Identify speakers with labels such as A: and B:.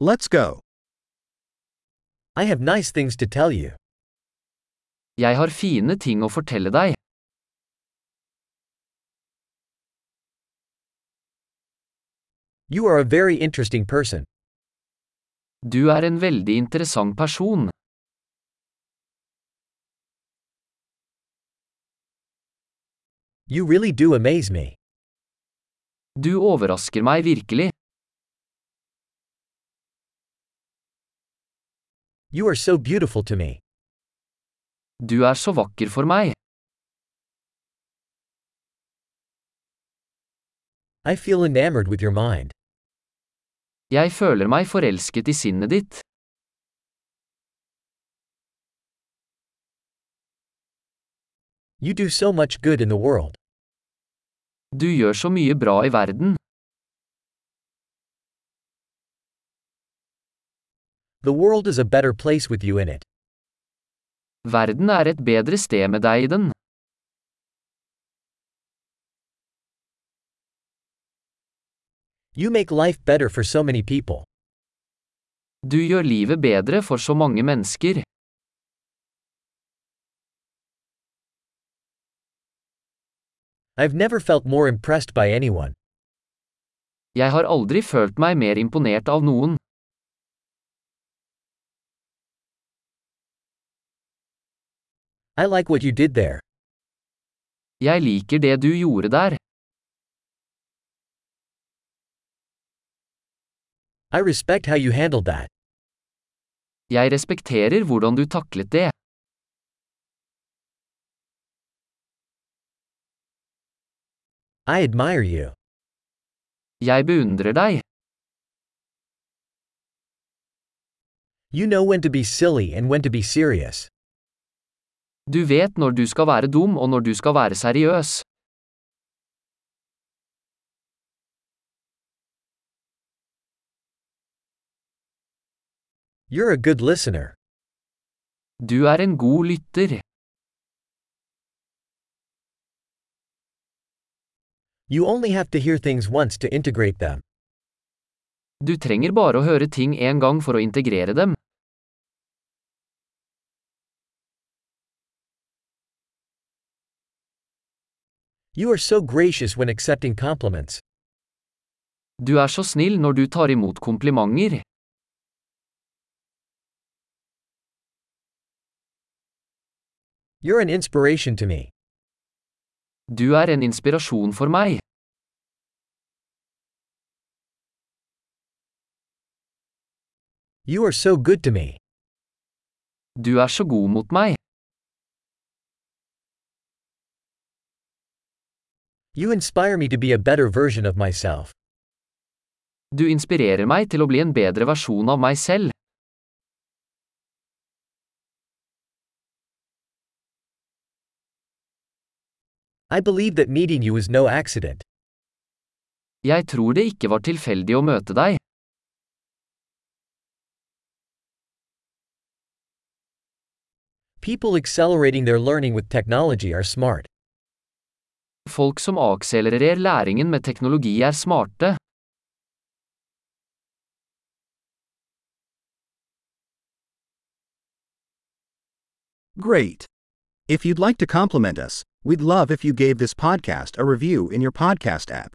A: Let's go.
B: I have nice things to tell you.
C: Jeg har fine ting å fortelle deg.
B: You are a very interesting person.
C: Du er en veldig interessant person.
B: You really do amaze me.
C: Du overrasker meg virkelig.
B: You are so beautiful to me.
C: Du er så vakker for meg.
B: I feel enamored with your mind.
C: Jeg føler meg forelsket i sinnet ditt.
B: You do so much good in the world.
C: Du gjør så mye bra i verden.
B: The world is a better place with you in it.
C: Verden er et bedre sted med deg i den.
B: You make life better for so many people.
C: Du gjør livet bedre for så mange mennesker.
B: I've never felt more impressed by anyone.
C: Jeg har aldri følt meg mer imponert av noen.
B: I like what you did there.
C: Jeg liker det du gjorde der.
B: I respect how you handled that.
C: Jeg respekterer hvordan du taklet det.
B: I admire you.
C: Jeg beundrer deg.
B: You know when to be silly and when to be serious.
C: Du vet når du skal være dum og når du skal være seriøs.
B: You're a good listener.
C: Du er en god lytter.
B: You only have to hear things once to integrate them.
C: Du trenger bare å høre ting en gang for å integrere dem.
B: You are so gracious when accepting compliments.
C: Du er så snill når du tar imot komplimenter.
B: You're an inspiration to me.
C: Du er en inspirasjon for meg.
B: You are so good to me.
C: Du er så god mot meg.
B: You inspire me to be a better version of myself.
C: Du inspirerer meg til å bli en bedre versjon av meg selv.
B: I believe that meeting you is no accident.
C: Jeg tror det ikke var tilfeldig å møte deg.
B: People accelerating their learning with technology are smart.
C: Folk som akselererer læringen med teknologi er smarte.
A: Great. If you'd like to compliment us, we'd love if you gave this podcast a review in your podcast app.